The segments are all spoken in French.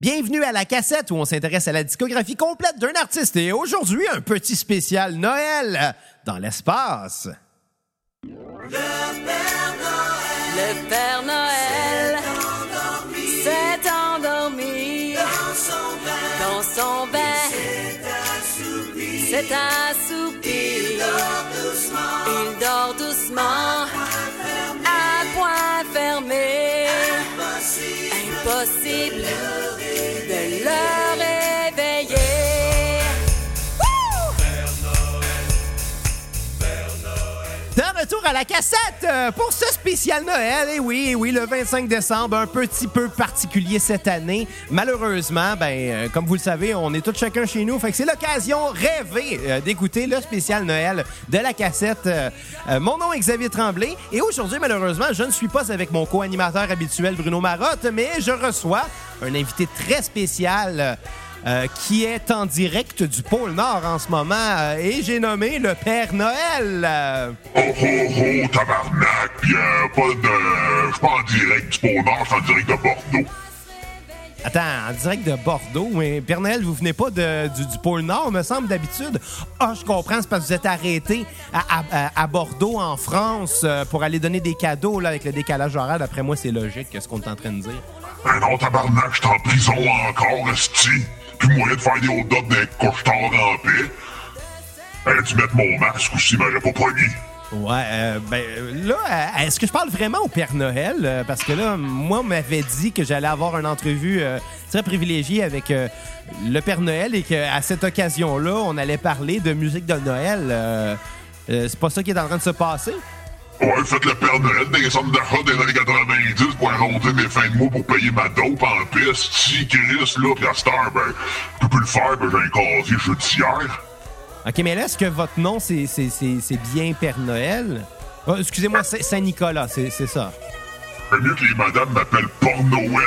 Bienvenue à la cassette où on s'intéresse à la discographie complète d'un artiste et aujourd'hui un petit spécial Noël dans l'espace. Le Père Noël s'est endormi dans son bain. C'est assoupi. Il dort doucement à point fermé. Impossible de le réveiller. De retour à la cassette euh, pour ce spécial Noël. Et oui, eh oui, le 25 décembre, un petit peu particulier cette année. Malheureusement, ben, euh, comme vous le savez, on est tous chacun chez nous. Fait que c'est l'occasion rêvée euh, d'écouter le spécial Noël de la cassette. Euh, euh, mon nom est Xavier Tremblay. Et aujourd'hui, malheureusement, je ne suis pas avec mon co-animateur habituel Bruno Marotte, mais je reçois un invité très spécial. euh, euh, qui est en direct du pôle Nord en ce moment euh, et j'ai nommé le Père Noël. Euh, Ho ho ho, tabarnak, pis euh, pas de. Je suis pas en direct du Pôle Nord, je suis en direct de Bordeaux. Attends, en direct de Bordeaux, mais Père Noël, vous venez pas de- du, du pôle Nord, me semble, d'habitude. Ah, je comprends, c'est parce que vous êtes arrêté à, à- à Bordeaux, en France, euh, pour aller donner des cadeaux, là, avec le décalage horaire. D'après moi, c'est logique, ce qu'on est en train de dire. Ben non, tabarnak, je suis en prison encore, esti. Plus moyen de faire des hauts dots d'un couche-tard en paix. Ben, tu mettre mon masque aussi, mais j'ai pas pogné. Ouais, euh, ben euh, là, euh, est-ce que je parle vraiment au Père Noël? Euh, Parce que là, moi, on m'avait dit que j'allais avoir une entrevue euh, très privilégiée avec euh, le Père Noël et qu'à cette occasion-là, on allait parler de musique de Noël. Euh, euh, c'est pas ça qui est en train de se passer? Ouais, faites le Père Noël dans les centres d'achat des années 90 pour arrondir mes fins de mois pour payer ma dope en paix, esti, Chris, là, pis à cette heure, ben, je peux plus le faire, ben, j'ai un casier judiciaire. OK, mais là, est-ce que votre nom, c'est, c'est, c'est, c'est bien Père Noël? Oh, excusez-moi, c'est Saint-Nicolas, c'est, c'est ça. C'est Ben, mieux que les madames m'appellent Pornoël.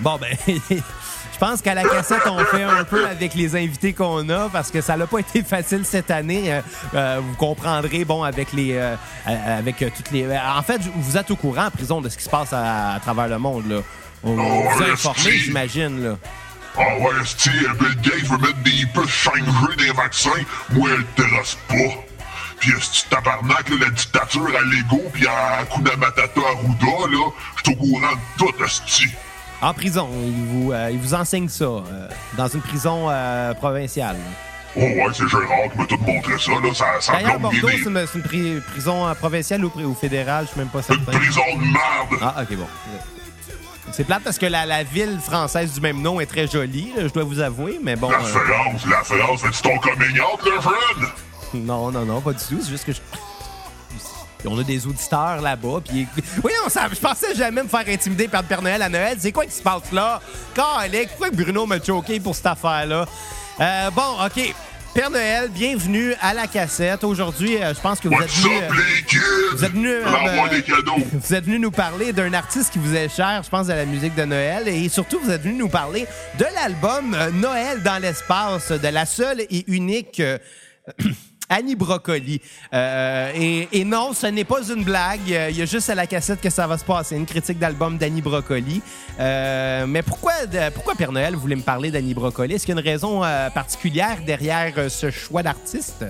Bon, ben, je pense qu'à la cassette, on fait un peu avec les invités qu'on a parce que ça n'a pas été facile cette année. Euh, euh, vous comprendrez, bon, avec les. euh, euh, avec euh, toutes les. euh, en fait, vous êtes au courant en prison de ce qui se passe à, à travers le monde, là. On vous a informé, esti. j'imagine, là. Ah ouais, si Bill Gates veut mettre des puces Shangri des vaccins, moi, elle te terrasse pas. Puis ce tabarnak, là, la dictature à Lego puis à Kunamatata Arruda, là, je suis au courant de tout, esti. En prison, ils vous, euh, ils vous enseignent ça, euh, dans une prison euh, provinciale. Oh ouais, c'est Gérard qui m'a tout montré ça, là, ça, ça D'ailleurs, plombe bien Bordeaux, des- c'est une, c'est une pri- prison euh, provinciale ou, pri- ou fédérale, je suis même pas Une certain. prison de merde! Ah, ok, bon. C'est plate parce que la, la ville française du même nom est très jolie, là, je dois vous avouer, mais bon. La euh, France, la France, c'est ton coming out, le friend? euh, non, non, non, pas du tout. C'est juste que je. On a des auditeurs là-bas, puis. Oui, non, ça, je pensais jamais me faire intimider par le Père Noël à Noël. C'est quoi qui se passe là? Calique, pourquoi Bruno m'a choqué pour cette affaire-là? Euh, bon, OK. Père Noël, bienvenue à la cassette. Aujourd'hui, euh, je pense que vous êtes What's up, venu. euh, les kids? vous êtes venu, euh, M'envoie me- des cadeaux. Vous êtes venu nous parler d'un artiste qui vous est cher, je pense, à la musique de Noël. Et surtout, vous êtes venu nous parler de l'album euh, Noël dans l'espace de la seule et unique euh, Annie Brocoli. Euh, et, et non, ce n'est pas une blague. Euh, Il y a juste à la cassette que ça va se passer, une critique d'album d'Annie Brocoli. Euh, mais pourquoi, de- pourquoi Père Noël voulait me parler d'Annie Brocoli? Est-ce qu'il y a une raison euh, particulière derrière euh, ce choix d'artiste?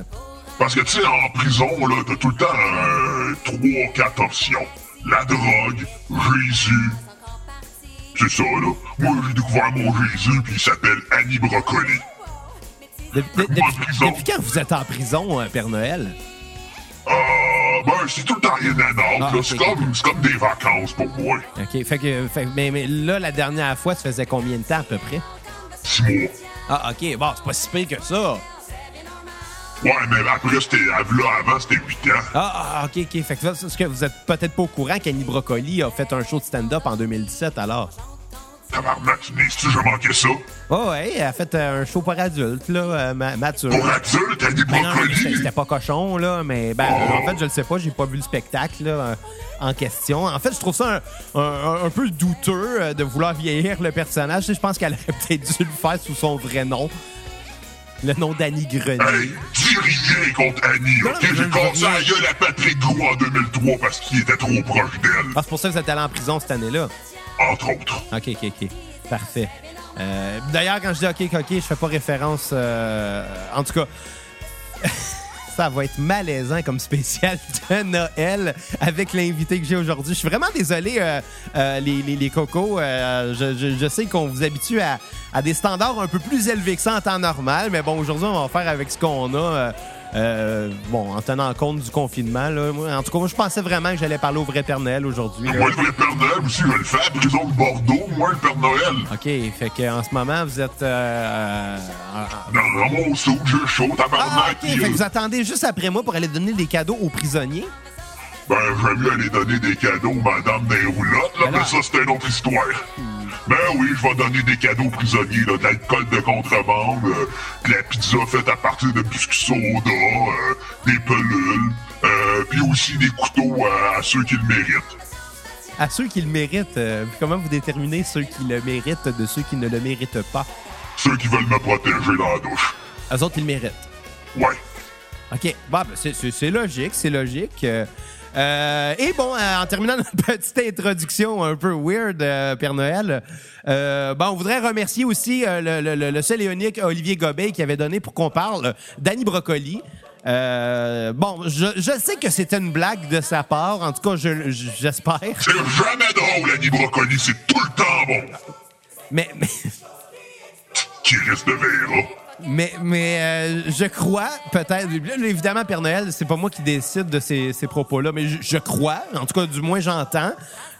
Parce que, tu sais, en prison, là, t'as tout le temps euh, trois, quatre options. La drogue, Jésus. C'est ça, là. Moi, j'ai découvert mon Jésus, puis il s'appelle Annie Brocoli. De- de- en depuis, prison. depuis quand vous êtes en prison, euh, Père Noël? Ah, ben, c'est tout le temps rien à Ah, d'autre, là. C'est ok, comme, c'est comme des vacances pour moi. OK. Fait que, fait que- mais, mais là, la dernière fois, ça faisait combien de temps à peu près? Six mois. Ah, OK. Bon, c'est pas si pire que ça. Ouais, mais après, c'était, là, avant, c'était huit ans. Ah, ah, OK, OK. Fait que, ça, c'est ce que vous êtes peut-être pas au courant qu'Annie Brocoli a fait un show de stand-up en 2017, alors? Tabarnak, tu me dis-tu, j'ai manqué ça? Oh, ouais, elle a fait euh, un show pour adulte, là, euh, ma- mature. Pour adulte, Annie Ben non, mais Brocoli? c'était c'était pas cochon, là, mais ben, en fait, je le sais pas, j'ai pas vu le spectacle là, euh, en question. En fait, je trouve ça un, un- un peu douteux euh, de vouloir vieillir le personnage. Tu sais, Je pense qu'elle aurait peut-être dû le faire sous son vrai nom. Le nom d'Annie Grenier. Hey, dis rien contre Annie, Non, ok? mais je J'ai ne cassé veux rien. la gueule à Patrick Gros en 2003 parce qu'il était trop proche d'elle. Ah, c'est pour ça que vous êtes allé en prison cette année-là. entre autres. OK, OK, OK. Parfait. Euh, D'ailleurs, quand je dis OK, OK, je fais pas référence. euh, en tout cas, ça va être malaisant comme spécial de Noël avec l'invité que j'ai aujourd'hui. Je suis vraiment désolé, euh, euh, les, les, les cocos. Euh, je, je- je sais qu'on vous habitue à, à des standards un peu plus élevés que ça en temps normal, mais bon, aujourd'hui, on va faire avec ce qu'on a. euh, euh, bon, en tenant compte du confinement, là. Moi, en tout cas, moi, je pensais vraiment que j'allais parler au vrai Père Noël aujourd'hui. là. Moi, le vrai Père Noël aussi, je vais le faire à la prison de Bordeaux, moi, le Père Noël. OK, fait que en ce moment, vous êtes. euh, euh, en- en- Dans le monde, c'est où je chaud, Ah, tabarnak. OK, fait que vous attendez juste après moi pour aller donner des cadeaux aux prisonniers. Ben, j'aurais mieux aller donner des cadeaux aux madame des roulottes, là, Ben là- mais ça, c'est une autre histoire. Ben oui, je vais donner des cadeaux aux prisonniers, là, de l'alcool de contrebande, euh, de la pizza faite à partir de biscuits soda, euh, des pelules, euh, puis aussi des couteaux euh, à ceux qui le méritent. À ceux qui le méritent, euh, comment vous déterminez ceux qui le méritent de ceux qui ne le méritent pas? Ceux qui veulent me protéger dans la douche. Eux autres, ils le méritent. Ouais. OK. Bah, ben, c'est- c'est c'est logique, c'est logique. Euh, euh, et bon, euh, en terminant notre petite introduction un peu weird, euh, Père Noël, euh, ben, on voudrait remercier aussi euh, le, le- le- le seul et unique Olivier Gobet qui avait donné pour qu'on parle euh, d'Annie Brocoli. Euh, bon, je, je sais que c'était une blague de sa part, en tout cas, je- je- j'espère. C'est jamais drôle, Annie Brocoli, c'est tout le temps bon. mais, mais, Qui risque de verra. Mais, mais euh, je crois, peut-être. là, Évidemment, Père Noël, c'est pas moi qui décide de ces, ces propos-là, mais je, je crois, en tout cas, du moins j'entends,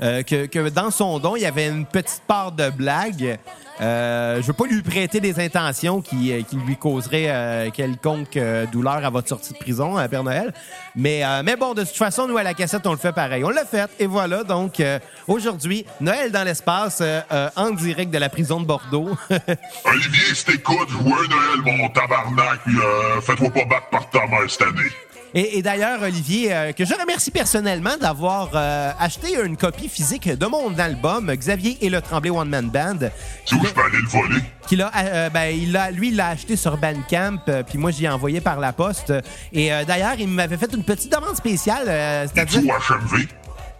euh, que, que dans son don, il y avait une petite part de blague. Euh, je veux pas lui prêter des intentions qui, euh, qui lui causeraient euh, quelconque euh, douleur à votre sortie de prison, à Père Noël. Mais, euh, mais bon, de toute façon, nous, à la cassette, on le fait pareil. On l'a fait, et voilà. Donc, euh, aujourd'hui, Noël dans l'espace, euh, euh, en direct de la prison de Bordeaux. Olivier, si t'écoutes, joyeux Noël, mon tabarnak, puis euh, fais-toi pas battre par ta mère cette année. Et, et d'ailleurs, Olivier, euh, que je remercie personnellement d'avoir euh, acheté une copie physique de mon album Xavier et le Tremblay One Man Band. Tu où je peux aller le voler? Qu'il a, euh, ben, il a, lui, il l'a acheté sur Bandcamp, euh, puis moi, j'y ai envoyé par la poste. Et euh, d'ailleurs, il m'avait fait une petite demande spéciale, euh, Tu c'est-à-dire... au HMV?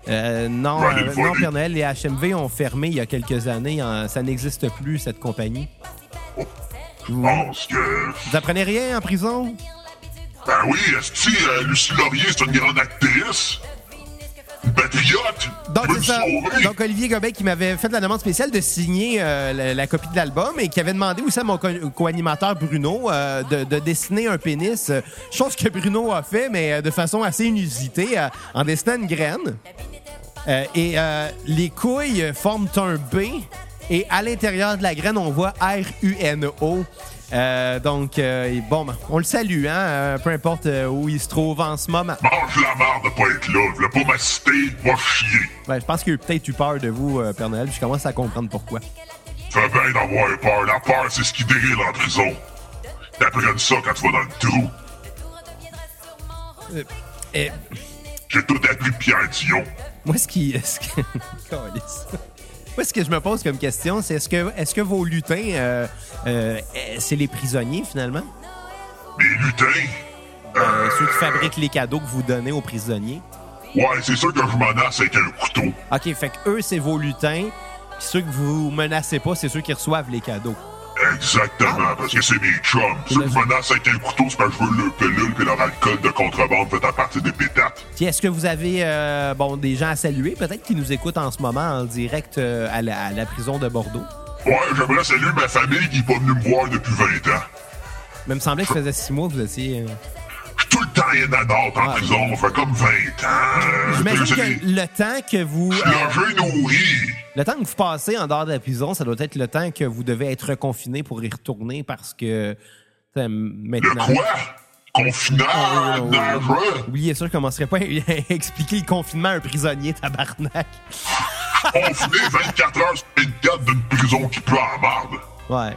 Euh, non, Ouais, il euh, faut non, aller. Père Noël, les HMV ont fermé il y a quelques années. hein, ça n'existe plus, cette compagnie. Je pense que. Vous apprenez rien en prison? Ben oui, est-ce que euh, Lucie Laurier, c'est une grande actrice? Une patriote? Donc, Tu veux c'est nous ça. sauver? Donc, Olivier Gobet qui m'avait fait la demande spéciale de signer euh, la, la copie de l'album et qui avait demandé aussi à mon co- co-animateur Bruno euh, de, de dessiner un pénis. euh, Chose que Bruno a fait, mais euh, de façon assez inusitée, euh, en dessinant une graine. Euh, et euh, les couilles forment un B. Et à l'intérieur de la graine, on voit R-U-N-O. Euh, donc, euh, et bon, ben, on le salue, hein, euh, peu importe euh, où il se trouve en ce moment. Mange la marre de pas être là, voulais pas m'assister, va chier. Ouais, Ben, je pense qu'il a peut-être eu peur de vous, euh, Père Noël, puis je commence à comprendre pourquoi. Fais bien d'avoir peur, la peur, c'est ce qui dérive en prison. T'apprennes ça quand tu vas dans le trou. Et J'ai tout appris de Pierre Dion. Eh, moi, ce qui. ce que- Câlisse. Moi, ce que je me pose comme question, c'est est-ce que, est-ce que vos lutins, euh, euh, euh, c'est les prisonniers finalement? Mes lutins? Euh, ceux qui fabriquent les cadeaux que vous donnez aux prisonniers? Ouais, c'est sûr que je menace avec un couteau. OK, fait que eux, c'est vos lutins, puis ceux que vous menacez pas, c'est ceux qui reçoivent les cadeaux. Exactement, parce que c'est mes chums. Ceux qui menacent avec un couteau, c'est parce que je veux leur pelule et leur alcool de contrebande fait à partir des pétates. Puis est-ce que vous avez euh, bon, des gens à saluer, peut-être qui nous écoutent en ce moment en direct euh, à, la, à la prison de Bordeaux? Ouais, j'aimerais saluer ma famille qui est pas venue me voir depuis 20 ans. Mais il me semblait que ça faisait six mois que vous étiez. euh, Je suis tout le temps rien à d'autre en Ah. prison, on fait comme 20 ans. J'imagine Je que le temps que vous. euh, Logé, nourri. Le temps que vous passez en dehors de la prison, ça doit être le temps que vous devez être confiné pour y retourner parce que tu sais, Le maintenant. quoi? Confinant, Ah, Ben ouais, ouais, ouais. dangereux. Oubliez ça, je commencerai pas à expliquer le confinement à un prisonnier tabarnak. Confiné 24 heures sur 24 d'une prison qui pleut en marde. Ouais.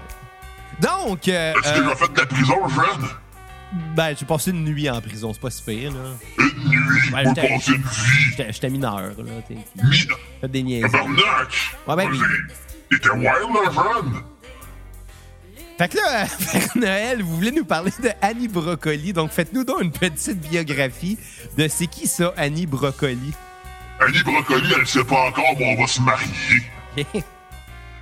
Donc, euh, As-tu euh, déjà fait de la prison, jeune? ben, j'ai passé une nuit en prison, c'est pas si pire, là. Une nuit Ouais, pour j'étais- passer une vie. J'étais j'étais mineur, là. t'sais, puis Mine. Faites des niaises. Tabarnak! Ouais, ben, Vas-y. T'étais wild, le jeune? Fait que là, euh, Père Noël, vous voulez nous parler de Annie Brocoli, donc faites-nous donc une petite biographie de c'est qui ça, Annie Brocoli? Annie Brocoli, elle sait pas encore, mais on va se marier. OK.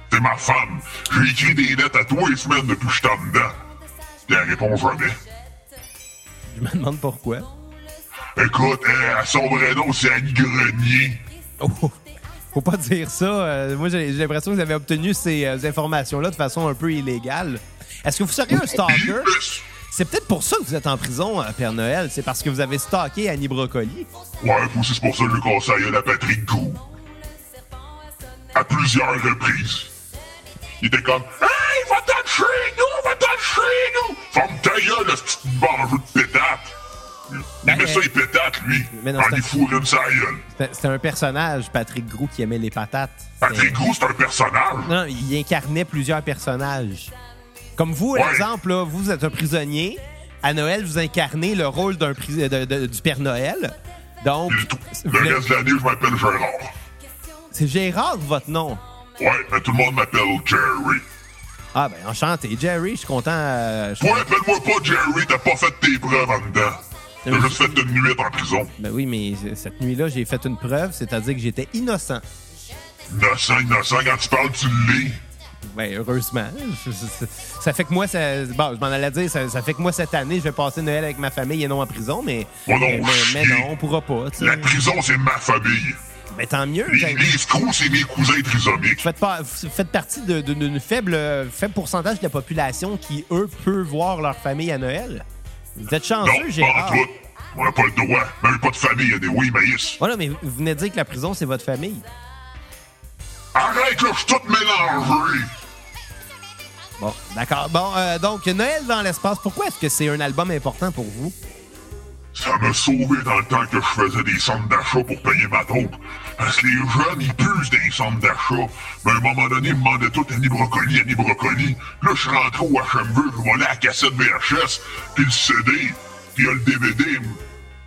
T'es ma femme. J'ai écrit des lettres à toi les semaines depuis que je t'en dedans. Pis elle répond jamais. Je me demande pourquoi. Écoute, elle, son vrai nom, c'est Annie Grenier. Oh, faut pas dire ça. Euh, moi, j'ai j'ai l'impression que vous avez obtenu ces euh, informations-là de façon un peu illégale. Est-ce que vous seriez un Puis, stalker? plus- C'est peut-être pour ça que vous êtes en prison, euh, Père Noël. C'est parce que vous avez stalké Annie Brocoli. Ouais, puis aussi c'est pour ça que je conseille à la Patrick Gou. À plusieurs reprises. Il était comme Hey, va-t'en de chez nous, va-t'en de chez nous! Ferme ta gueule, ce petit banjou de pétate! Il met euh, ça, il pétate, lui! mais non, en c'est un- lui fourrant sa gueule! C'était- C'était un personnage, Patrick Groux, qui aimait les patates. Patrick Gou, c'est un personnage! Non, il incarnait plusieurs personnages. Comme vous, Ouais. exemple, là, vous êtes un prisonnier. À Noël, vous incarnez le rôle d'un pris- de- de- du Père Noël. Donc, Du tout. vous voulez- Le reste de l'année, je m'appelle Gérard. c'est Gérard, votre nom. Ouais, mais tout le monde m'appelle Jerry. Ah, ben, enchanté. Jerry, je suis content. euh, je- Toi, appelle-moi pas Jerry, t'as pas fait tes preuves en dedans. Euh, T'as juste fait une nuit en prison. Ben oui, mais c- cette nuit-là, j'ai fait une preuve, c'est-à-dire que j'étais innocent. Innocent, innocent, quand tu parles, tu le lis. Ben, heureusement. Je- je- je- Ça fait que moi, ça, bon, je m'en allais dire, ça, ça fait que moi, cette année, je vais passer Noël avec ma famille et non en prison, mais, Oh non, mais, mais chier. non, on pourra pas. tu sais. La prison, c'est ma famille. Mais tant mieux. Les, j'ai- les escrocs, c'est mes cousins trisomiques. Vous faites, par- vous faites partie de- de- d'une faible, euh, faible pourcentage de la population qui, eux, peut voir leur famille à Noël. Vous êtes Non, chanceux, pas Gérard. en tout. On n'a pas le droit. Même pas de famille, il y a des oui, maïs. Voilà, mais vous venez de dire que la prison, c'est votre famille. Arrête, là, je suis tout mélangé. Bon, d'accord. Bon, euh, donc, Noël dans l'espace, pourquoi est-ce que c'est un album important pour vous? Ça m'a sauvé dans le temps que je faisais des centres d'achat pour payer ma taupe. Parce que les jeunes, ils puissent des centres d'achat. Mais à un moment donné, ils me demandaient tout Annie Brocoli, Annie Brocoli. Là, je suis rentré au HMV, je volais la cassette VHS, puis le CD, puis euh, le DVD.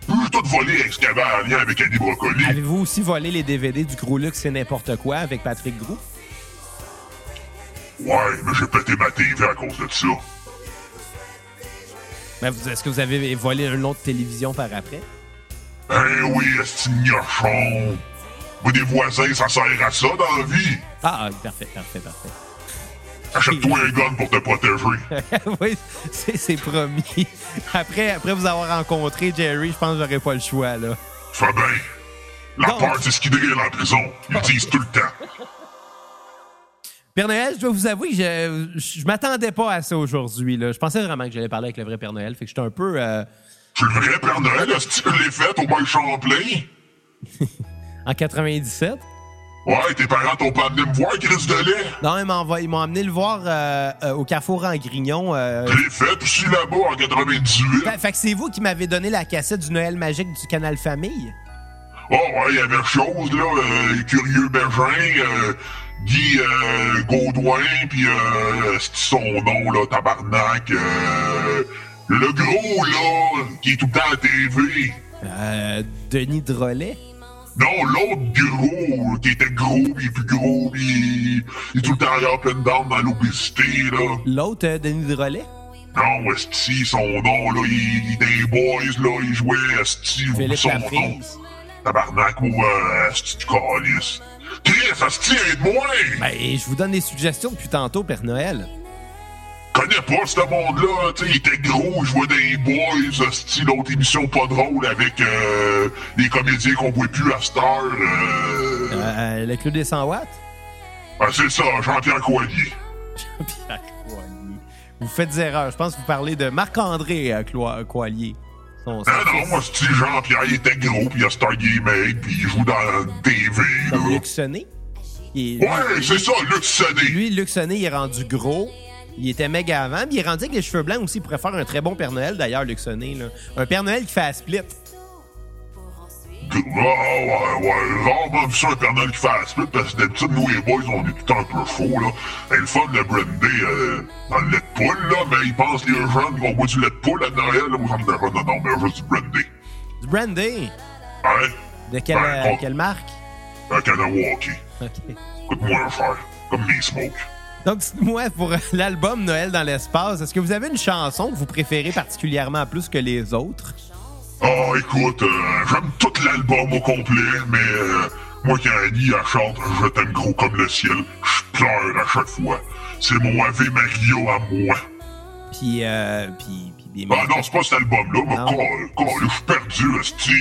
Puis tout volé avec ce qu'il y avait en lien avec Annie Brocoli. Avez-vous aussi volé les DVD du Gros Luxe C'est n'importe quoi avec Patrick Groux? Ouais, mais j'ai pété ma TV à cause de ça. Ben, vous- est-ce que vous avez volé un autre télévision par après? Eh oui, esti gnochon. Moi, des voisins, ça sert à ça dans la vie. Ah, ah, parfait, parfait, parfait. Achète-toi un gun pour te protéger. oui, c'est c'est promis. Après, après vous avoir rencontré Jerry, je pense que j'aurais pas le choix, là. Fais bien. La Donc- peur, c'est ce qui drille en prison. Ils le disent tout le temps. Père Noël, je dois vous avouer que je, je m'attendais pas à ça aujourd'hui. là. Je pensais vraiment que j'allais parler avec le vrai Père Noël. Fait que j'étais un peu. euh, C'est le vrai Père Noël, est-ce que tu l'as fait au bail Champlain? en 97. Ouais, tes parents t'ont pas amené me voir, Chris de lait. Non, ils m'ont envoyé- ils m'ont amené le voir euh, euh, au Carrefour en Grignon. euh. Tu l'as fait aussi là-bas en 98. Fait, fait que c'est vous qui m'avez donné la cassette du Noël magique du canal Famille. Oh, ouais, il y avait chose, là. euh, Curieux Bergin, euh, Guy euh, Gaudouin, puis euh, c'est son nom, là, tabarnak. euh, le gros, là, qui est tout le temps à la TV. Euh, Denis Drolet. Non, l'autre gros, qui était gros, puis plus gros, puis il est tout le temps allé en pleine dame dans l'obésité, là. L'autre, euh, Denis Drolet. Non, Esti, son nom, là, il, il était les boys, là, il jouait Esti, ou Philippe son nom. Laprise. Tabarnak, ou euh, Esti du calice. Chris, Esti, aide-moi! Ben, je vous donne des suggestions depuis tantôt, Père Noël. connais pas ce monde-là, tu sais, il était gros, il jouait dans les boys, euh, style autre émission pas drôle avec euh, les comédiens qu'on voit plus à Star. Euh... Euh, le Club des 100 watts. Ah, c'est ça, Jean-Pierre Coilier. Pierre Coilier. Vous faites des erreurs. Je pense que vous parlez de Marc-André euh, Clo- Coilier. Son- son Ah non, fils. moi, c'est Jean-Pierre, il était gros, puis il a Star Game, puis il joue dans TV, là. comme Luc Sonnet. Et lui, Ouais, c'est ça, Luc Sonné. lui, Luc Sonnet, il est rendu gros. Il était méga avant. Puis il est rendu avec les cheveux blancs aussi. Il pourrait faire un très bon Père Noël, d'ailleurs, Luc Sonnet. là. Un Père Noël qui fait à split. Ah, ouais, ouais, rarement vu ça, un Père Noël qui fait la split, parce que d'habitude, nous, les boys, on est tout le temps un peu faux, là. Et le fun, le Brandy, euh, dans le lait de poule, là, mais ils pensent, les jeunes, qu'on boit du lait de poule à Noël, là, aux hommes de non, non, mais juste du Brandy. Du brandy. Hein? De quelle, Ben, euh, bon. quelle marque? Un Kanawaki. OK. Coûte moins cher. Comme mes smokes. Donc, dites-moi, pour euh, l'album Noël dans l'espace, est-ce que vous avez une chanson que vous préférez particulièrement plus que les autres? Ah, écoute, euh, j'aime tout l'album au complet, mais euh, Moi, quand Annie, elle chante Je t'aime gros comme le ciel, je pleure à chaque fois. C'est mon Ave Maria à moi. Puis, euh, puis, puis des Ah non, c'est pas cet album-là, mais Non. call, call, je suis perdu, esti.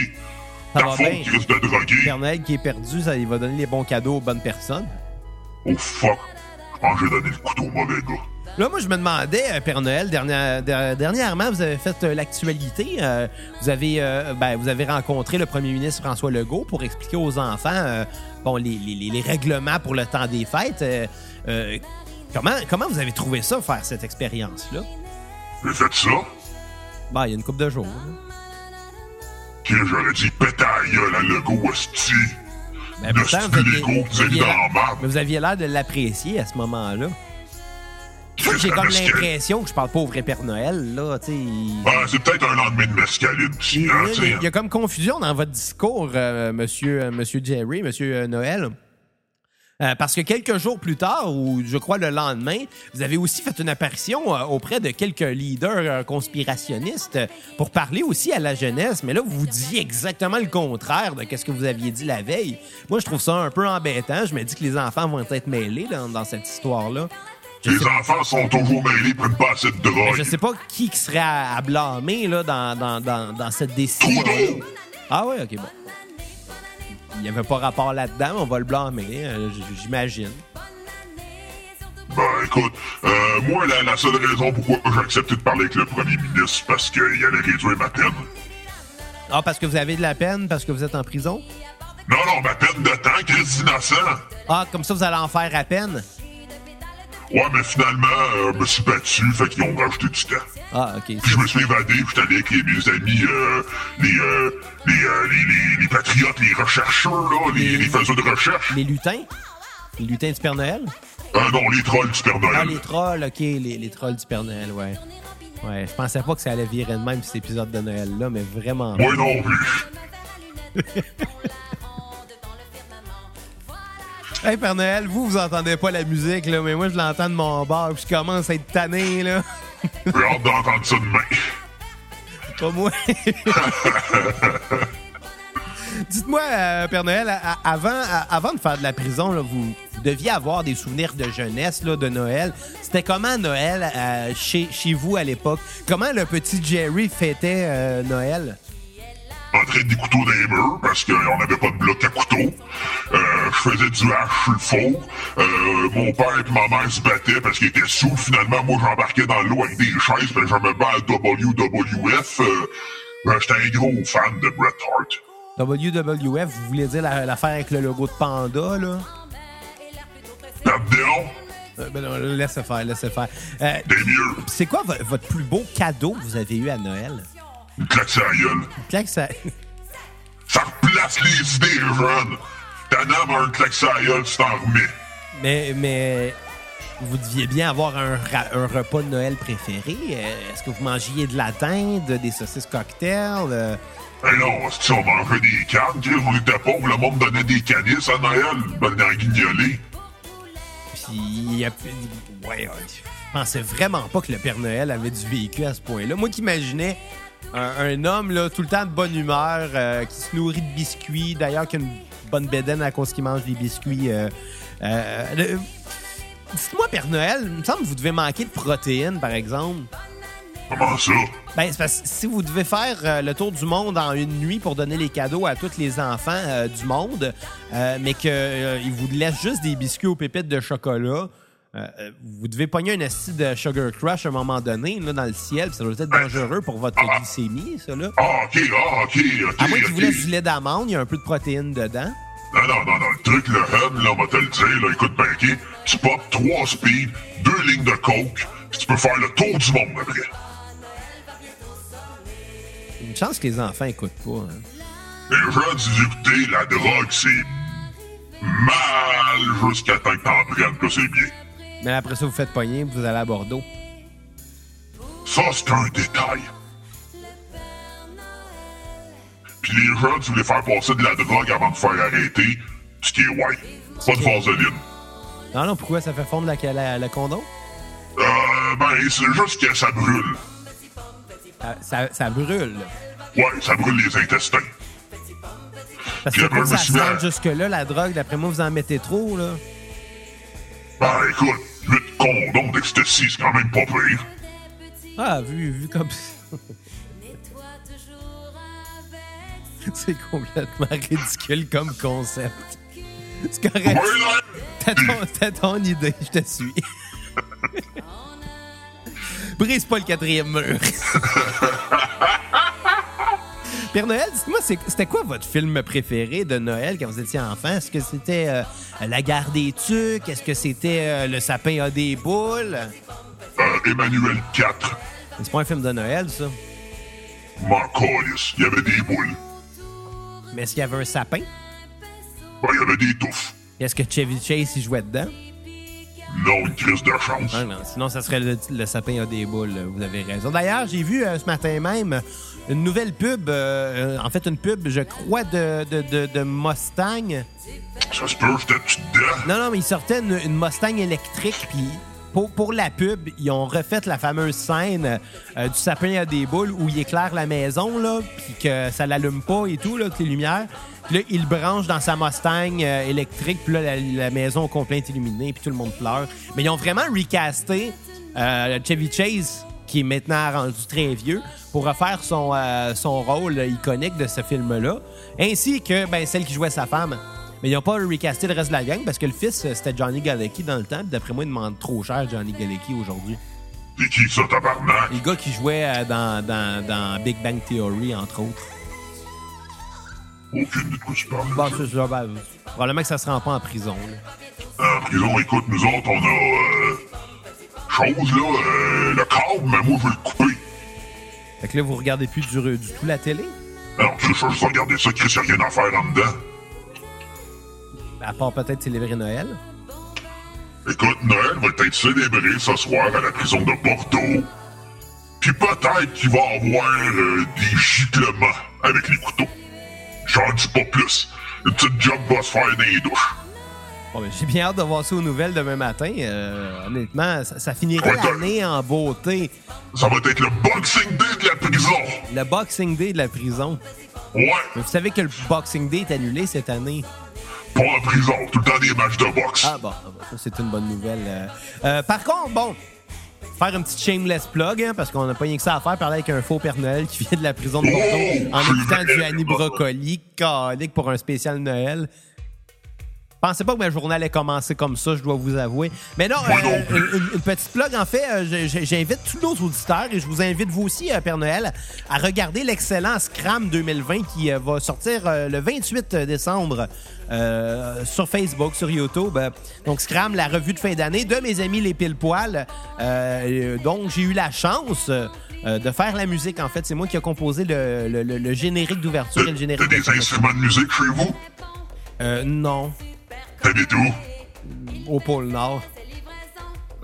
Ça Ta va faute, bien. Chris de droguer. Père Noël qui est perdu, ça il va donner les bons cadeaux aux bonnes personnes. Oh fuck. Je pense que j'ai donné le couteau au mauvais gars. Là, moi, je me demandais, euh, Père Noël, dernière- der- dernièrement, vous avez fait euh, l'actualité. euh, vous, avez, euh, ben, vous avez rencontré le premier ministre François Legault pour expliquer aux enfants euh, bon, les, les- les- les règlements pour le temps des fêtes. Euh, euh, comment, comment vous avez trouvé ça, faire cette expérience-là? J'ai fait ça. Ben, il y a une couple de jours. là. Chris, j'aurais dit péta à gueule à Lego, esti. Ben, Le pourtant, style Lego, vous vous êtes aviez dans l'air- la merde. mais vous aviez l'air de l'apprécier à ce moment-là. Moi, Chris, J'ai la comme mescaline. l'impression que je parle pas au vrai Père Noël, là, tu sais. il- Ah, c'est peut-être un lendemain de mescaline, Il si, y hein, a- tu il sais. y, a comme confusion dans votre discours, euh, monsieur, euh, monsieur Jerry, monsieur euh, Noël. Euh, parce que quelques jours plus tard, ou je crois le lendemain, vous avez aussi fait une apparition euh, auprès de quelques leaders euh, conspirationnistes euh, pour parler aussi à la jeunesse. Mais là, vous vous disiez exactement le contraire de ce que vous aviez dit la veille. Moi, je trouve ça un peu embêtant. Je me dis que les enfants vont être mêlés dans, dans cette histoire-là. Je sais Les enfants sont toujours mêlés, prennent pas assez de mais drogue. je sais pas qui qui serait à, à blâmer là, dans, dans, dans, dans cette décision. Trudeau! Ah ouais, ok, bon. Il n'y avait pas rapport là-dedans, mais on va le blâmer, euh, j- j'imagine. Ben écoute, euh, moi la, la seule raison pourquoi j'ai accepté de parler avec le premier ministre, c'est parce qu'il allait réduire ma peine. Ah, parce que vous avez de la peine, parce que vous êtes en prison? Non, non, ma peine de temps, Chris d'innocent. Ah, comme ça, vous allez en faire à peine? Ouais, mais finalement, euh, je me suis battu, fait qu'ils ont rajouté du temps. Ah, ok. Puis je me suis évadé, puis j'étais allé avec les- mes amis, euh, les, euh, les, euh, les, les, les patriotes, les rechercheurs, là, les, les faiseurs de recherche. Les lutins? Les lutins du Père Noël? Ah non, les trolls du Père Ah, Noël. les trolls, ok, les, les trolls du Père Noël, ouais. Ouais, je pensais pas que ça allait virer de même cet épisode de Noël-là, mais vraiment. Moi non plus. Hey Père Noël, vous, vous entendez pas la musique, là, mais moi, je l'entends de mon bar, puis je commence à être tanné, là. J'ai hâte d'entendre ça demain. Pas moi. Dites-moi, euh, Père Noël, à- à- avant, à- avant de faire de la prison, là, vous vous deviez avoir des souvenirs de jeunesse, là, de Noël. C'était comment Noël euh, chez, chez vous à l'époque? Comment le petit Jerry fêtait euh, Noël? En train des couteaux dans les murs parce qu'on n'avait pas de bloc à couteau. Euh, je faisais du hache sur le four. Euh, mon père et ma mère se battaient parce qu'ils étaient sous. Finalement, moi, j'embarquais dans l'eau avec des chaises parce que je me bats à WWF. Euh, ben, J'étais un gros fan de Bret Hart. WWF, vous voulez dire la- l'affaire avec le logo de panda, là? Là-dedans, Euh, ben non, laissez faire, laissez faire. Euh, t'es mieux. C'est quoi vo- votre plus beau cadeau que vous avez eu à Noël? Une claque sur la gueule. Claque ça. Ça replace les idées, jeunes. Ta dame a une claque sur la gueule, tu t'en remets. Mais, mais vous deviez bien avoir un, ra- un repas de Noël préféré. Euh, Est-ce que vous mangiez de la dinde, des saucisses cocktails? euh? Eh non, si on mangeait des cannes, Chris, on était pauvres, le monde donnait des canisses à Noël, ben dans guignolé. puis, il y a- ouais, ouais. je pensais vraiment pas que le Père Noël avait du vécu à ce point-là. Moi qui imaginais un, un homme là, tout le temps de bonne humeur, euh, qui se nourrit de biscuits, d'ailleurs qui a une bonne bédaine à cause qu'il mange des biscuits. euh, euh, le- Dites-moi, Père Noël, il me semble que vous devez manquer de protéines, par exemple. Comment ça? Ben, c'est parce que si vous devez faire euh, le tour du monde en une nuit pour donner les cadeaux à tous les enfants euh, du monde, euh, mais qu'ils vous laissent juste des biscuits aux pépites de chocolat, euh, euh, vous devez pogner un acide de Sugar Crush à un moment donné là, dans le ciel, puis ça doit être dangereux pour votre glycémie, ça. Là. Ah, ok, ah, ok, ok, À moins qu'ils ok. vous laissent du lait d'amande, il y a un peu de protéines dedans. Non, non, non, non, le truc, le hub, là, on va te le dire, là, écoute, Banky, tu pop trois speed, deux lignes de coke, pis tu peux faire le tour du monde après. Une chance que les enfants écoutent pas. hein. Les jeunes, écoutez, la drogue, c'est mal jusqu'à temps que t'en prennes, que c'est bien. Mais après ça, vous faites pogner, puis vous allez à Bordeaux. Ça, c'est un détail. Puis les gens, tu voulais faire passer de la drogue avant de faire arrêter, ce qui est white. Pas de vaseline. Non, non, pourquoi ça fait fondre la, la- le condom? Euh, ben, c'est juste que ça brûle. Ça- ça- ça brûle. Ouais, ça brûle les intestins. Parce Puis que pour après, je que ça me suis mis à- sente jusque-là, la drogue, d'après moi, vous en mettez trop, là. Ben écoute, 8 condoms d'ecstasy, c'est quand même pas pire. Ah, vu, vu comme ça, c'est complètement ridicule comme concept. C'est Ouais, correct. là, T'as ton, t'as ton idée, je te suis. Brise pas le quatrième mur. Père Noël, dites-moi, c'est- c'était quoi votre film préféré de Noël quand vous étiez enfant? Est-ce que c'était euh, La gare des tucs? Est-ce que c'était euh, Le sapin a des boules? euh, Emmanuel 4, C'est pas un film de Noël, ça. m'en calisse, il y avait des boules. Mais est-ce qu'il y avait un sapin? Ben, il y avait des touffes. Est-ce que Chevy Chase y jouait dedans? Non, une crise de chance. Ah Non, non, sinon, ça serait le, le sapin à des boules. là. Vous avez raison. D'ailleurs, j'ai vu euh, ce matin même une nouvelle pub. euh, euh, en fait, une pub, je crois, de, de, de, de Mustang. Ça se peut, j'étais-tu dedans? Non, non, mais ils sortaient une, une Mustang électrique. Puis pour, pour la pub, ils ont refait la fameuse scène euh, du sapin à des boules où il éclaire la maison, là, puis que ça l'allume pas et tout, là, toutes les lumières. Puis là, il branche dans sa Mustang euh, électrique. Puis là, la, la maison au complet est illuminée, puis tout le monde pleure. Mais ils ont vraiment recasté euh, Chevy Chase qui est maintenant rendu très vieux, pour refaire son, euh, son rôle iconique de ce film-là, ainsi que ben, celle qui jouait sa femme. Mais ils n'ont pas recasté le reste de la gang parce que le fils, euh, c'était Johnny Galecki dans le temps. puis D'après moi, il demande trop cher Johnny Galecki aujourd'hui. C'est qui ça, tabarnak? Et Le gars qui jouait euh, dans, dans, dans Big Bang Theory, entre autres. Aucune idée de quoi tu parles. Bon, c'est ça, ben, probablement que ça se rend pas en prison. là. En Euh, prison, écoute, nous autres, on a... Euh, chose, là, euh, le câble, mais moi, je vais le couper. Fait que là, vous regardez plus du, du tout la télé, Alors, tu sais, je vais regarder ça, Chris, y'a rien à faire en dedans. à part peut-être célébrer Noël. Écoute, Noël va être célébré ce soir à la prison de Bordeaux. Puis peut-être qu'il va y avoir euh, des giclements avec les couteaux. J'en dis pas plus. Une petite job va se faire dans les douches. Bon, ben, j'ai bien hâte de voir ça aux nouvelles demain matin. Euh, honnêtement, ça, ça finirait Ouais, l'année en beauté. Ça va être le Boxing Day de la prison. Le Boxing Day de la prison. Ouais, Mais vous savez que le Boxing Day est annulé cette année. pas en prison, tout le temps des matchs de boxe. Ah bon, ah bon, ça c'est une bonne nouvelle. euh. Euh, par contre, bon, faire une petite shameless plug, hein, parce qu'on n'a pas rien que ça à faire, parler avec un faux Père Noël qui vient de la prison de Bordeaux Oh, en écoutant c'est du vrai. Annie Brocoli, calique pour un spécial Noël. Pensez pas que ma journée allait commencer comme ça, je dois vous avouer. Mais non, Moi non euh, plus. une, une petite plug, en fait, euh, je- je- j'invite tous nos auditeurs et je vous invite vous aussi, euh, Père Noël, à regarder l'excellent Scram 2020 qui euh, va sortir euh, le 28 décembre euh, sur Facebook, sur YouTube. Euh, Donc, Scram, la revue de fin d'année de mes amis les pile-poils. Euh, euh, donc, j'ai eu la chance euh, de faire la musique, en fait. C'est moi qui ai composé le, le- le- le générique d'ouverture et le T'as générique de des instruments de musique chez vous? Euh, non, T'as des tout? au pôle Nord.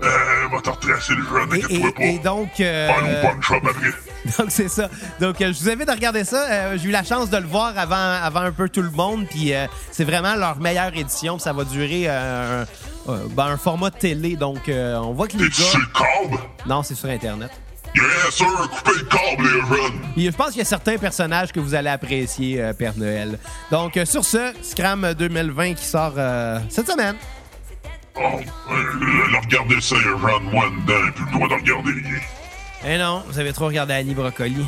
Euh, va t'en retracer le jeune, Et, inquiète-toi et- et pas. donc... euh, Allons pas une shop après. Donc, c'est ça. Donc, euh, je vous invite à regarder ça. Euh, J'ai eu la chance de le voir avant, avant un peu tout le monde. Puis, euh, c'est vraiment leur meilleure édition. Puis ça va durer euh, un, euh, ben, un format de télé. Donc, euh, on voit que les T'es-tu sur gars. le câble? Non, c'est sur Internet. Yes, sir, coupez le câble, les jeunes. Puis, je pense qu'il y a certains personnages que vous allez apprécier, euh, Père Noël. Donc, euh, sur ce, Scram 2020 qui sort euh, cette semaine. Oh, euh, le regarder ça, Ron, moi dedans, puis le droit de regarder rien. Eh non, vous avez trop regardé Annie Brocoli.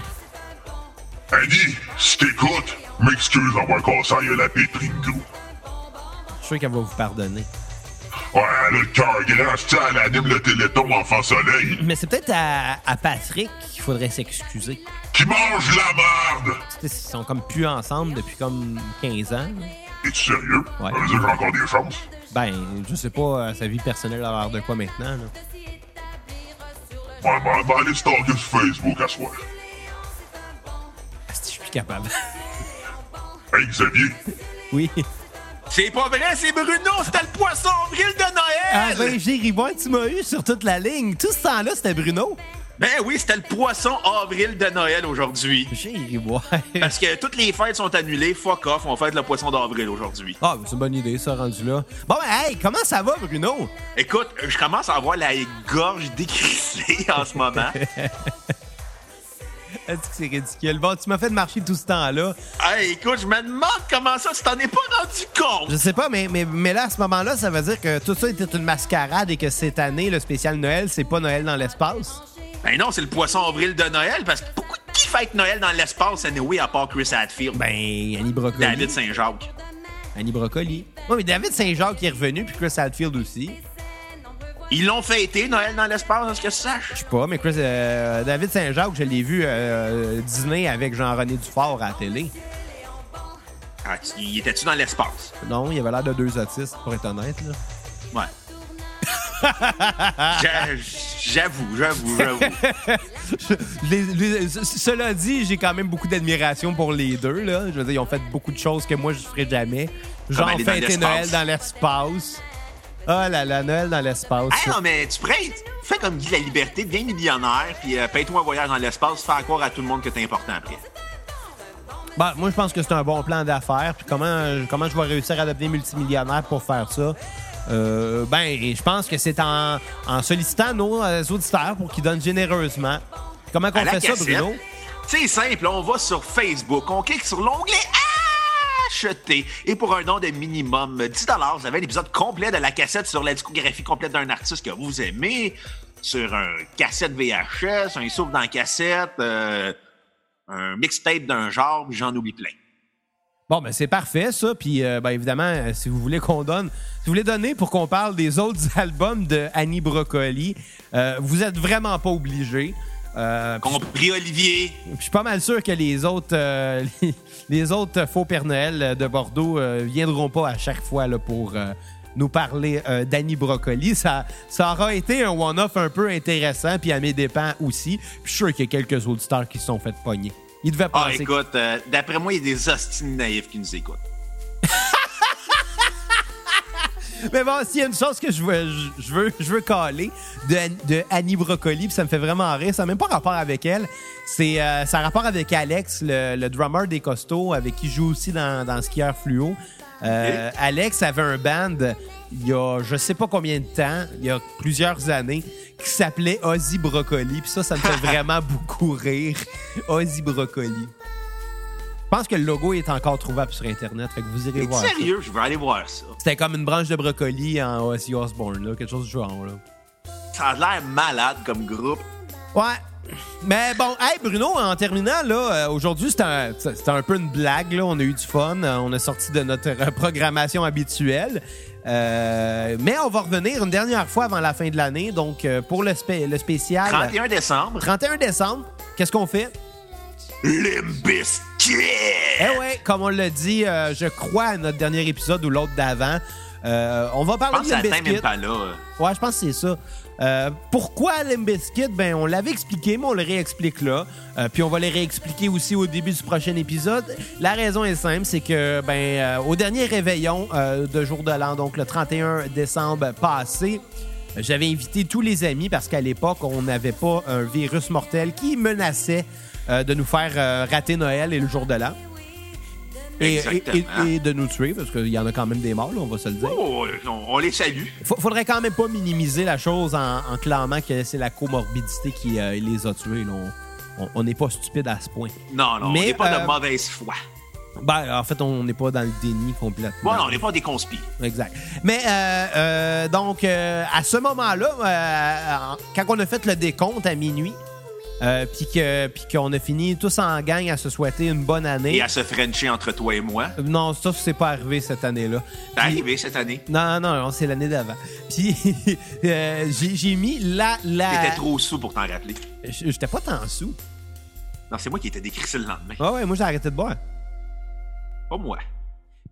Annie, si t'écoutes, m'excuse d'avoir cassé la gueule à Pétri de goût. Je suis sûr qu'elle va vous pardonner. Ouais, elle a le cœur grand, c'est ça, elle anime le téléthon Enfant Soleil. Mais c'est peut-être à, à Patrick qu'il faudrait s'excuser. Qui mange la merde! Tu sais, Ils sont comme plus ensemble depuis comme 15 ans. là. Es-tu sérieux? Ouais. Ça veut dire que j'ai encore des chances. Ben, je sais pas, euh, sa vie personnelle a l'air de quoi maintenant, là. Ouais, ben, ben, allez stalker sur Facebook à soir. Asti, je suis plus capable. Hey, Xavier, oui. C'est pas vrai, c'est Bruno, c'était le poisson avril de Ah Noël! ben, Géribon, tu m'as eu sur toute la ligne. Tout ce temps-là, c'était Bruno. Ben oui, c'était le poisson avril de Noël aujourd'hui. Géribois. Parce que toutes les fêtes sont annulées, fuck off, on fête le poisson d'avril aujourd'hui. Ah, c'est une bonne idée, ça, rendu là. Bon, ben, hey, comment ça va, Bruno? Écoute, je commence à avoir la gorge décrissée en ce moment. Est-ce que c'est ridicule? Bon, tu m'as fait marcher tout ce temps-là. Hey, écoute, je me demande comment ça, tu t'en es pas rendu compte. Je sais pas, mais, mais, mais là, à ce moment-là, ça veut dire que tout ça était une mascarade et que cette année, le spécial Noël, c'est pas Noël dans l'espace. Ben non, c'est le poisson avril de Noël, parce que beaucoup qui fête Noël dans l'espace, anyway, à part Chris Hadfield, Ben, Annie Brocoli. David Saint-Jacques. Annie Brocoli. Oui, mais David Saint-Jacques est revenu, puis Chris Hadfield aussi. Ils l'ont fêté, Noël dans l'espace, à ce que je sache. Je sais pas, mais Chris, euh, David Saint-Jacques, je l'ai vu euh, dîner avec Jean-René Dufort à la télé. Ah, tu- il était-tu dans l'espace? Non, il avait l'air de deux autistes, pour être honnête. Là. Ouais. J'a- j'avoue, j'avoue, j'avoue. Je- les- les- ce- cela dit, j'ai quand même beaucoup d'admiration pour les deux. Là. Je veux dire, ils ont fait beaucoup de choses que moi, je ferais jamais. Genre, aller dans fêter l'espace. Noël dans l'espace. Ah là là, Noël dans l'espace. Hey, non, mais tu prêtes? Fais comme Guy la Liberté, deviens millionnaire, puis euh, paye-toi un voyage dans l'espace, fais croire à tout le monde que t'es important après. Bah, moi, je pense que c'est un bon plan d'affaires. Puis comment, comment je vais réussir à devenir multimillionnaire pour faire ça? Euh, ben, je pense que c'est en, en sollicitant nos euh, auditeurs pour qu'ils donnent généreusement. Comment qu'on À fait la ça, cassette, Bruno? c'est simple, on va sur Facebook, on clique sur l'onglet Acheter. Et pour un don de minimum 10 vous avez l'épisode complet de la cassette sur la discographie complète d'un artiste que vous aimez, sur un cassette VHS, un souffle dans la cassette, euh, un mixtape d'un genre, puis j'en oublie plein. Bon, ben c'est parfait, ça. Puis, euh, ben, évidemment, euh, si vous voulez qu'on donne, si vous voulez donner pour qu'on parle des autres albums de Annie Broccoli, euh, vous êtes vraiment pas obligé. Euh, Compris, Olivier? je suis pas mal sûr que les autres, euh, les, les autres faux Père Noël euh, de Bordeaux euh, viendront pas à chaque fois là, pour euh, nous parler euh, d'Annie Broccoli. Ça, ça aura été un one-off un peu intéressant, puis à mes dépens aussi. Puis je suis sûr qu'il y a quelques auditeurs qui se sont fait pogner. Ils devaient Ah, penser que- écoute, euh, d'après moi, il y a des hostines naïfs qui nous écoutent. Mais bon, s'il y a une chose que je veux, je, je veux, je veux caler de, de Annie Brocoli, puis ça me fait vraiment rire, ça n'a même pas rapport avec elle, c'est euh, ça a rapport avec Alex, le, le drummer des costauds, avec qui je joue aussi dans, dans Skieur Fluo. Euh, Alex avait un band il y a je sais pas combien de temps, il y a plusieurs années, qui s'appelait Ozzy Brocoli, puis ça, ça me fait vraiment beaucoup rire. Ozzy Brocoli. Je pense que le logo est encore trouvable sur Internet, fait que vous irez T'es voir. ça. sérieux? Je veux aller voir ça. C'était comme une branche de brocoli en Ozzy Osbourne, là, quelque chose du genre. Là. Ça a l'air malade comme groupe. Ouais. Mais bon, hey Bruno, en terminant, là, euh, aujourd'hui, c'était un, c'était un peu une blague. Là. On a eu du fun. euh, On est sorti de notre euh, programmation habituelle. Euh, mais on va revenir une dernière fois avant la fin de l'année. Donc, euh, pour le, spé- le spécial. 31 décembre, 31 décembre, qu'est-ce qu'on fait? Limbiscuit! Eh ouais, comme on l'a dit, euh, je crois, à notre dernier épisode ou l'autre d'avant, euh, on va Je parler pense à de Tim biscuit. Impala. euh. Ouais, je pense que c'est ça. Euh, pourquoi Limbiskit? Ben, on l'avait expliqué, mais on le réexplique là. Euh, puis on va le réexpliquer aussi au début du prochain épisode. La raison est simple, c'est que ben euh, au dernier réveillon euh, de jour de l'an, donc le 31 décembre passé, euh, j'avais invité tous les amis parce qu'à l'époque, on n'avait pas un virus mortel qui menaçait euh, de nous faire euh, rater Noël et le jour de l'an. Et, et- et- Exactement. et de nous tuer, parce qu'il y en a quand même des morts, là, on va se le dire. Oh, on, on les salue. Faut- faudrait quand même pas minimiser la chose en, en clamant que c'est la comorbidité qui euh, les a tués. là. On- on- On n'est pas stupide à ce point. Non, non, Mais, on n'est pas euh, de mauvaise foi. Ben, en fait, on n'est pas dans le déni complètement. Bon, non, on n'est pas des conspires. Exact. Mais euh, euh, donc, euh, à ce moment-là, euh, en- quand on a fait le décompte à minuit, euh, puis que- puis qu'on a fini tous en gang à se souhaiter une bonne année. Et à se frencher entre toi et moi. Non, ça, c'est pas arrivé cette année-là. C'est arrivé cette année. Non, non, non, c'est l'année d'avant. Puis euh, j'ai j'ai mis la... la... T'étais trop sous pour t'en rappeler. J- J'étais pas tant sous. Non, c'est moi qui étais décrissé le lendemain. Ah ouais, moi j'ai arrêté de boire. Pas moi.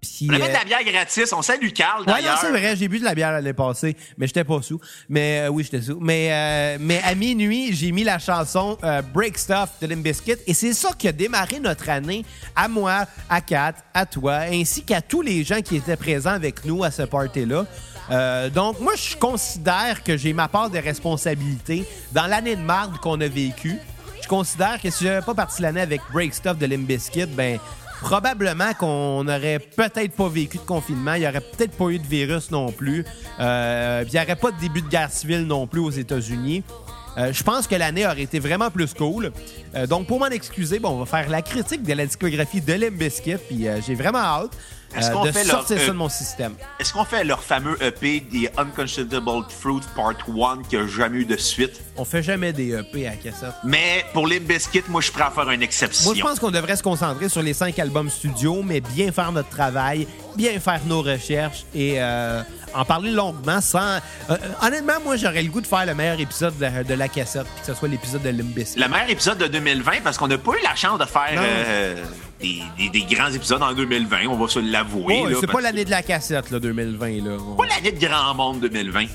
Puis, On Ah. euh, avait de la bière gratis. On salue Carl, Ouais, non, d'ailleurs. c'est vrai, j'ai bu de la bière l'année passée, mais j'étais pas sous. Mais euh, oui, j'étais sous. Mais, euh, mais à minuit, j'ai mis la chanson euh, Break Stuff de Limbiskit. Et c'est ça qui a démarré notre année à moi, à Kat, à toi, ainsi qu'à tous les gens qui étaient présents avec nous à ce party-là. Euh, donc, moi, je considère que j'ai ma part de responsabilité dans l'année de marde qu'on a vécue. Je considère que si j'avais pas parti l'année avec Break Stuff de Limbiskit, ben probablement qu'on n'aurait peut-être pas vécu de confinement, il n'y aurait peut-être pas eu de virus non plus, euh, puis il n'y aurait pas de début de guerre civile non plus aux États-Unis. Euh, je pense que l'année aurait été vraiment plus cool. Euh, donc, pour m'en excuser, bon, on va faire la critique de la discographie de Limbiskit, puis euh, j'ai vraiment hâte Est-ce euh, qu'on de fait sortir leur- ça euh, de mon système. Est-ce qu'on fait leur fameux EP, des Unconsiderable Fruit Part 1, qui a jamais eu de suite? On fait jamais des EP à cassette. Mais pour Limp Bizkit, moi, je suis prêt à faire une exception. Moi, je pense qu'on devrait se concentrer sur les cinq albums studio, mais bien faire notre travail, bien faire nos recherches et euh, en parler longuement sans. Euh, honnêtement, moi, j'aurais le goût de faire le meilleur épisode de, de la cassette, puis que ce soit l'épisode de Limbiskit. Le meilleur épisode de 2020, parce qu'on n'a pas eu la chance de faire Non. euh, des, des- des grands épisodes en 2020, on va se l'avouer. Ouais, là, Oh, c'est parce pas l'année de la cassette, là, 2020. Là. On- que c'est pas l'année de grand monde 2020.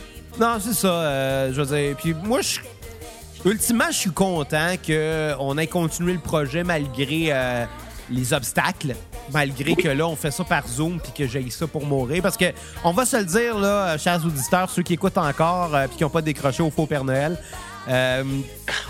Non, c'est ça. euh, je veux dire, puis moi, je ultimement, je suis content qu'on ait continué le projet malgré euh, les obstacles, malgré que là, on fait ça par Zoom puis que j'ai ça pour mourir. Parce que on va se le dire, là, euh, chers auditeurs, ceux qui écoutent encore euh, puis qui n'ont pas décroché au faux Père Noël. euh,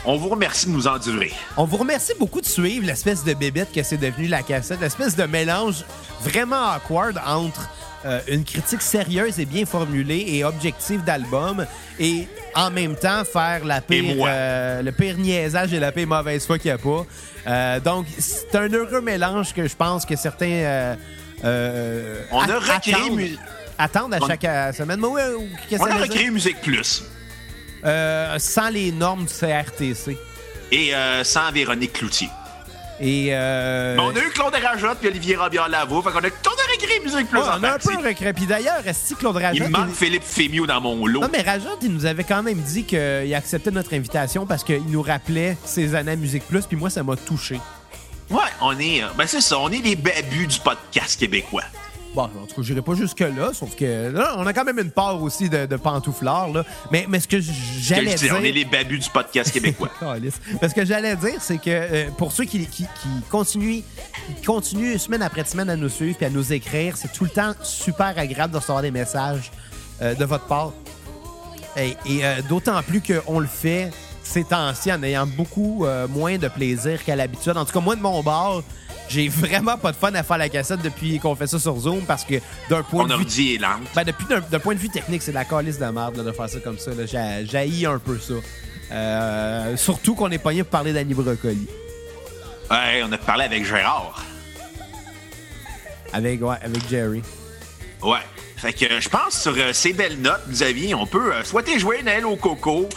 On vous remercie de nous endurer. on vous remercie beaucoup de suivre l'espèce de bébête que c'est devenu la cassette, l'espèce de mélange vraiment awkward entre euh, une critique sérieuse et bien formulée et objective d'album et en même temps faire la pire, moi. euh, le pire niaisage et la pire mauvaise foi qu'il n'y a pas. Euh, donc, c'est un heureux mélange que je pense que certains. euh, euh, On a a- recréé attendent- mu- attendent à On- chaque euh, semaine. Mais oui, euh, qu'est-ce On que ça a veut recréé dire? Musique Plus. Euh, sans les normes du CRTC. Et euh, sans Véronique Cloutier. Et, euh, Mais Ben, on a eu Claude Rajotte puis Olivier Robillard Lavaux. Fait qu'on a tout recréé Musique Plus Ouais, en on a un peu partie. recré. Puis d'ailleurs, est-ce que Claude Il Rajotte... me manque Philippe Fémio dans mon lot. Non, mais Rajotte, il nous avait quand même dit qu'il acceptait notre invitation parce qu'il nous rappelait ses années à Musique Plus, puis moi, ça m'a touché. Ouais, on est. euh, Ben, c'est ça, on est les babus du podcast québécois. Bon, en tout cas, j'irai pas jusque-là, sauf que là, on a quand même une part aussi de, de pantouflard, là. Mais, mais ce que Que je j'allais dis, dire... On est les babus du podcast québécois. Calisse. Mais ce que j'allais dire, c'est que euh, pour ceux qui, qui- qui continuent, qui continuent semaine après semaine à nous suivre et à nous écrire, c'est tout le temps super agréable de recevoir des messages euh, de votre part. Et, et, euh, d'autant plus qu'on le fait ces temps-ci en ayant beaucoup euh, moins de plaisir qu'à l'habitude. En tout cas, moi, de mon bord, j'ai vraiment pas de fun à faire la cassette depuis qu'on fait ça sur Zoom parce que d'un point Mon de vue ordi est lente. ben, depuis d'un d'un point de vue technique, c'est de la calice de merde là, de faire ça comme ça. là. J'a- J'haïs un peu ça. Euh, surtout qu'on est pogné pour parler d'Annie Brocoli. Ouais, on a parlé avec Gérard. Avec, ouais, avec Jerry. Ouais. Fait que euh, je pense sur euh, ces belles notes, vous aviez, on peut euh, souhaiter jouer Noël au coco.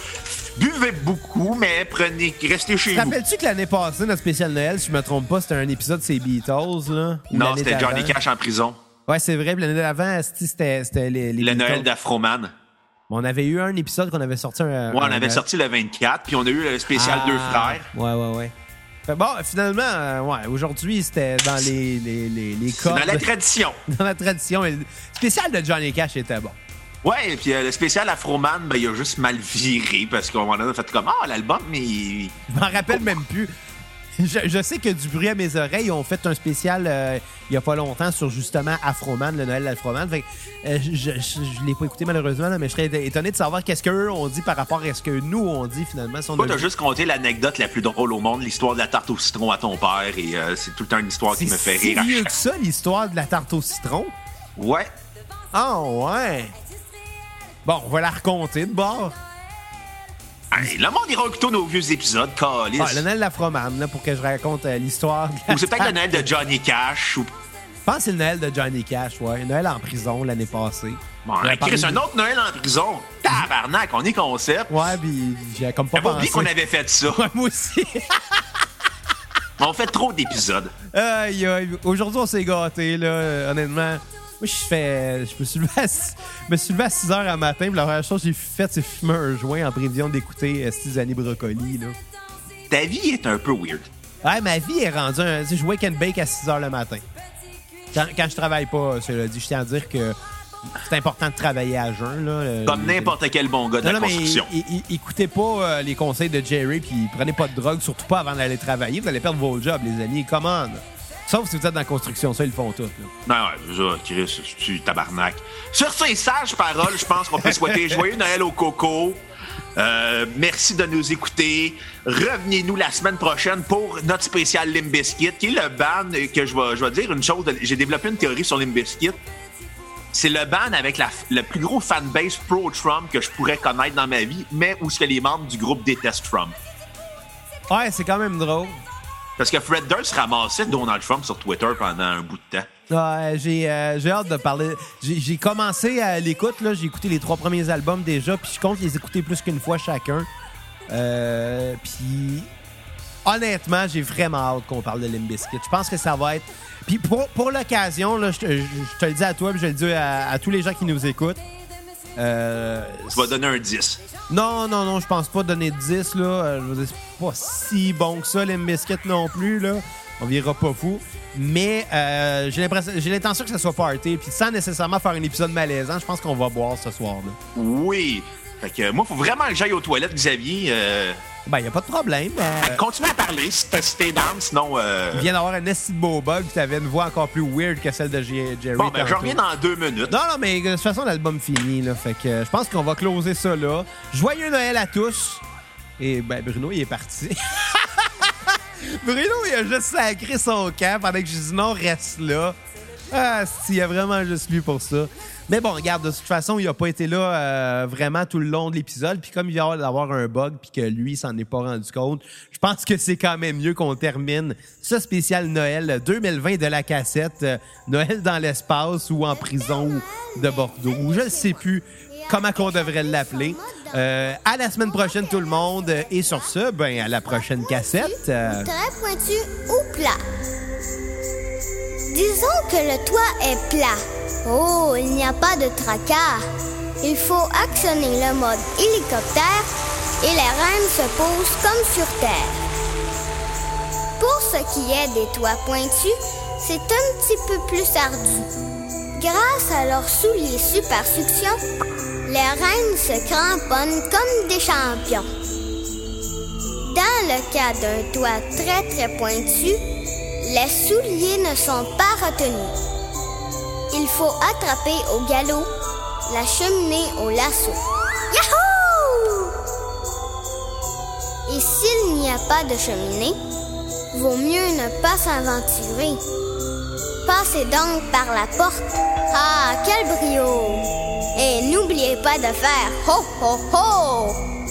Buvez beaucoup, mais prenez, restez chez Te vous. Rappelles-tu que l'année passée, notre spécial Noël, si je me trompe pas, c'était un épisode c'est Beatles, là? ou Non, l'année c'était Johnny d'avant? Cash en prison. Ouais, c'est vrai. puis L'année d'avant, asti, c'était c'était les, les Le Beatles. Noël d'Afroman. On avait eu un épisode qu'on avait sorti. Un, Ouais, on Euh, un- avait sorti le 24, puis on a eu le spécial Ah, Deux Frères. Ouais, ouais, ouais. Fait bon, finalement, euh, ouais, aujourd'hui, c'était dans les, les, les, les C'est codes. dans la tradition. dans la tradition. mais Le spécial de Johnny Cash était bon. Ouais, et puis euh, le spécial Afroman, ben, il a juste mal viré parce qu'à un moment donné, on a fait comme Ah, l'album, mais. il- Je m'en rappelle même plus. Je, je sais que du bruit à mes oreilles, ils ont fait un spécial euh, il y a pas longtemps sur justement Afroman, le Noël d'Afroman. Fait que, euh, je ne l'ai pas écouté malheureusement, là, mais je serais étonné de savoir qu'est-ce qu'eux ont dit par rapport à ce que nous on dit finalement. Si on Toi, a t'as vu. juste conté l'anecdote la plus drôle au monde, l'histoire de la tarte au citron à ton père, et euh, c'est tout le temps une histoire qui C'est me fait si rire. à vieux chaque- que ça, l'histoire de la tarte au citron. Ouais. Ah ouais. Bon, on va la raconter de bord. Hey, le monde ira écouter nos vieux épisodes, Calis. Ah, le Noël d'Afroman, là, pour que je raconte euh, l'histoire. de la Ou c'est peut-être le tarte- Noël de Johnny Cash, ou. Je pense que c'est le Noël de Johnny Cash, ouais. Noël en prison l'année passée. Bon, On a hey, Chris, parlé- un autre Noël en prison. Tabarnak, on est concept. Ouais, puis j'ai comme pas J'avais pensé. oublié qu'on avait fait ça. Ouais, moi aussi. on fait trop d'épisodes. aïe, aïe. Aujourd'hui, on s'est gâtés, là, euh, honnêtement. Moi, je fais. Je me suis levé à, six- je me suis levé à 6 h à matin, puis la première chose que j'ai faite, c'est fumer un joint en prévision d'écouter euh, Six années Brocoli, là. Ta vie est un peu weird. Ouais, ma vie est rendue. un- Tu sais, je wake and bake à 6 h le matin. Quand, quand je travaille pas, cela dit, je tiens à dire que c'est important de travailler à jeun, là. euh, Le- Comme le- n'importe quel bon gars de Non, la non, mais construction. é- é- écoutez pas euh, les conseils de Jerry, puis prenez pas de drogue, surtout pas avant d'aller travailler. Vous allez perdre vos jobs, les amis. Come on. Sauf si vous êtes dans la construction, ça, ils le font tout. là. Non, ouais, ça, Chris, je suis tabarnak. Sur ces sages paroles, je pense qu'on peut souhaiter joyeux Noël au coco. Euh, merci de nous écouter. Revenez-nous la semaine prochaine pour notre spécial euh, Limbiskit, qui est le ban que je vais, je vais dire une chose. de- J'ai développé une théorie sur Limbiskit. c'est le band avec la, f- le plus gros fanbase pro-Trump que je pourrais connaître dans ma vie, mais où ce que les membres du groupe détestent Trump. Ouais, c'est quand même drôle. Parce que Fred Durst ramassait Donald Trump sur Twitter pendant un bout de temps. Ouais, j'ai euh, j'ai hâte de parler. J'ai j'ai commencé à l'écoute, là. J'ai écouté les trois premiers albums déjà, puis je compte les écouter plus qu'une fois chacun. Euh, puis honnêtement, j'ai vraiment hâte qu'on parle de Limbiskit. Je pense que ça va être. Puis pour, pour l'occasion, là, je te- je je te le dis à toi, puis je le dis à, à tous les gens qui nous écoutent. Euh, Tu vas donner un 10. non, non, non, je pense pas donner 10, là. Euh, Je veux dire, c'est pas si bon que ça, les biscuits non plus, là. On virera pas fou. Mais euh, j'ai l'impression- j'ai l'intention que ça soit party, puis sans nécessairement faire un épisode malaisant, je pense qu'on va boire ce soir, là. Oui. Fait que moi, faut vraiment que j'aille aux toilettes, Xavier. Euh, Ben, y a pas de problème. Euh, continue à parler si t'es si t'es down, sinon... euh, il vient d'avoir un esti de beau bug, puis t'avais une voix encore plus weird que celle de J- Jerry. Bon, ben, je tantôt. reviens dans deux minutes. Non, non, mais de toute façon, l'album fini, là. Fait que euh, je pense qu'on va closer ça, là. Joyeux Noël à tous. Et ben, Bruno, il est parti. Bruno, il a juste sacré son camp pendant que j'ai dit non, reste là. Ah, s'il y a vraiment juste lui pour ça. Mais bon, regarde, de toute façon, il a pas été là euh, vraiment tout le long de l'épisode. Puis comme il va y avoir un bug, puis que lui, il s'en est pas rendu compte, je pense que c'est quand même mieux qu'on termine ce spécial Noël 2020 de la cassette. euh, Noël dans l'espace ou en prison ou de Bordeaux, ou je ne sais plus comment qu'on devrait l'appeler. Euh, à la semaine prochaine, tout le monde. Et sur ce, ben, à la prochaine cassette. euh, Très pointu ou plat. Disons que le toit est plat. Oh, il n'y a pas de tracas. Il faut actionner le mode hélicoptère et les rames se posent comme sur terre. Pour ce qui est des toits pointus, c'est un petit peu plus ardu. Grâce à leurs souliers super suction, les reines se cramponnent comme des champions. Dans le cas d'un toit très très pointu, les souliers ne sont pas retenus. Il faut attraper au galop, la cheminée au lasso. Yahoo! Et s'il n'y a pas de cheminée, vaut mieux ne pas s'aventurer. Passez donc par la porte. Ah, quel brio! Et n'oubliez pas de faire ho ho ho!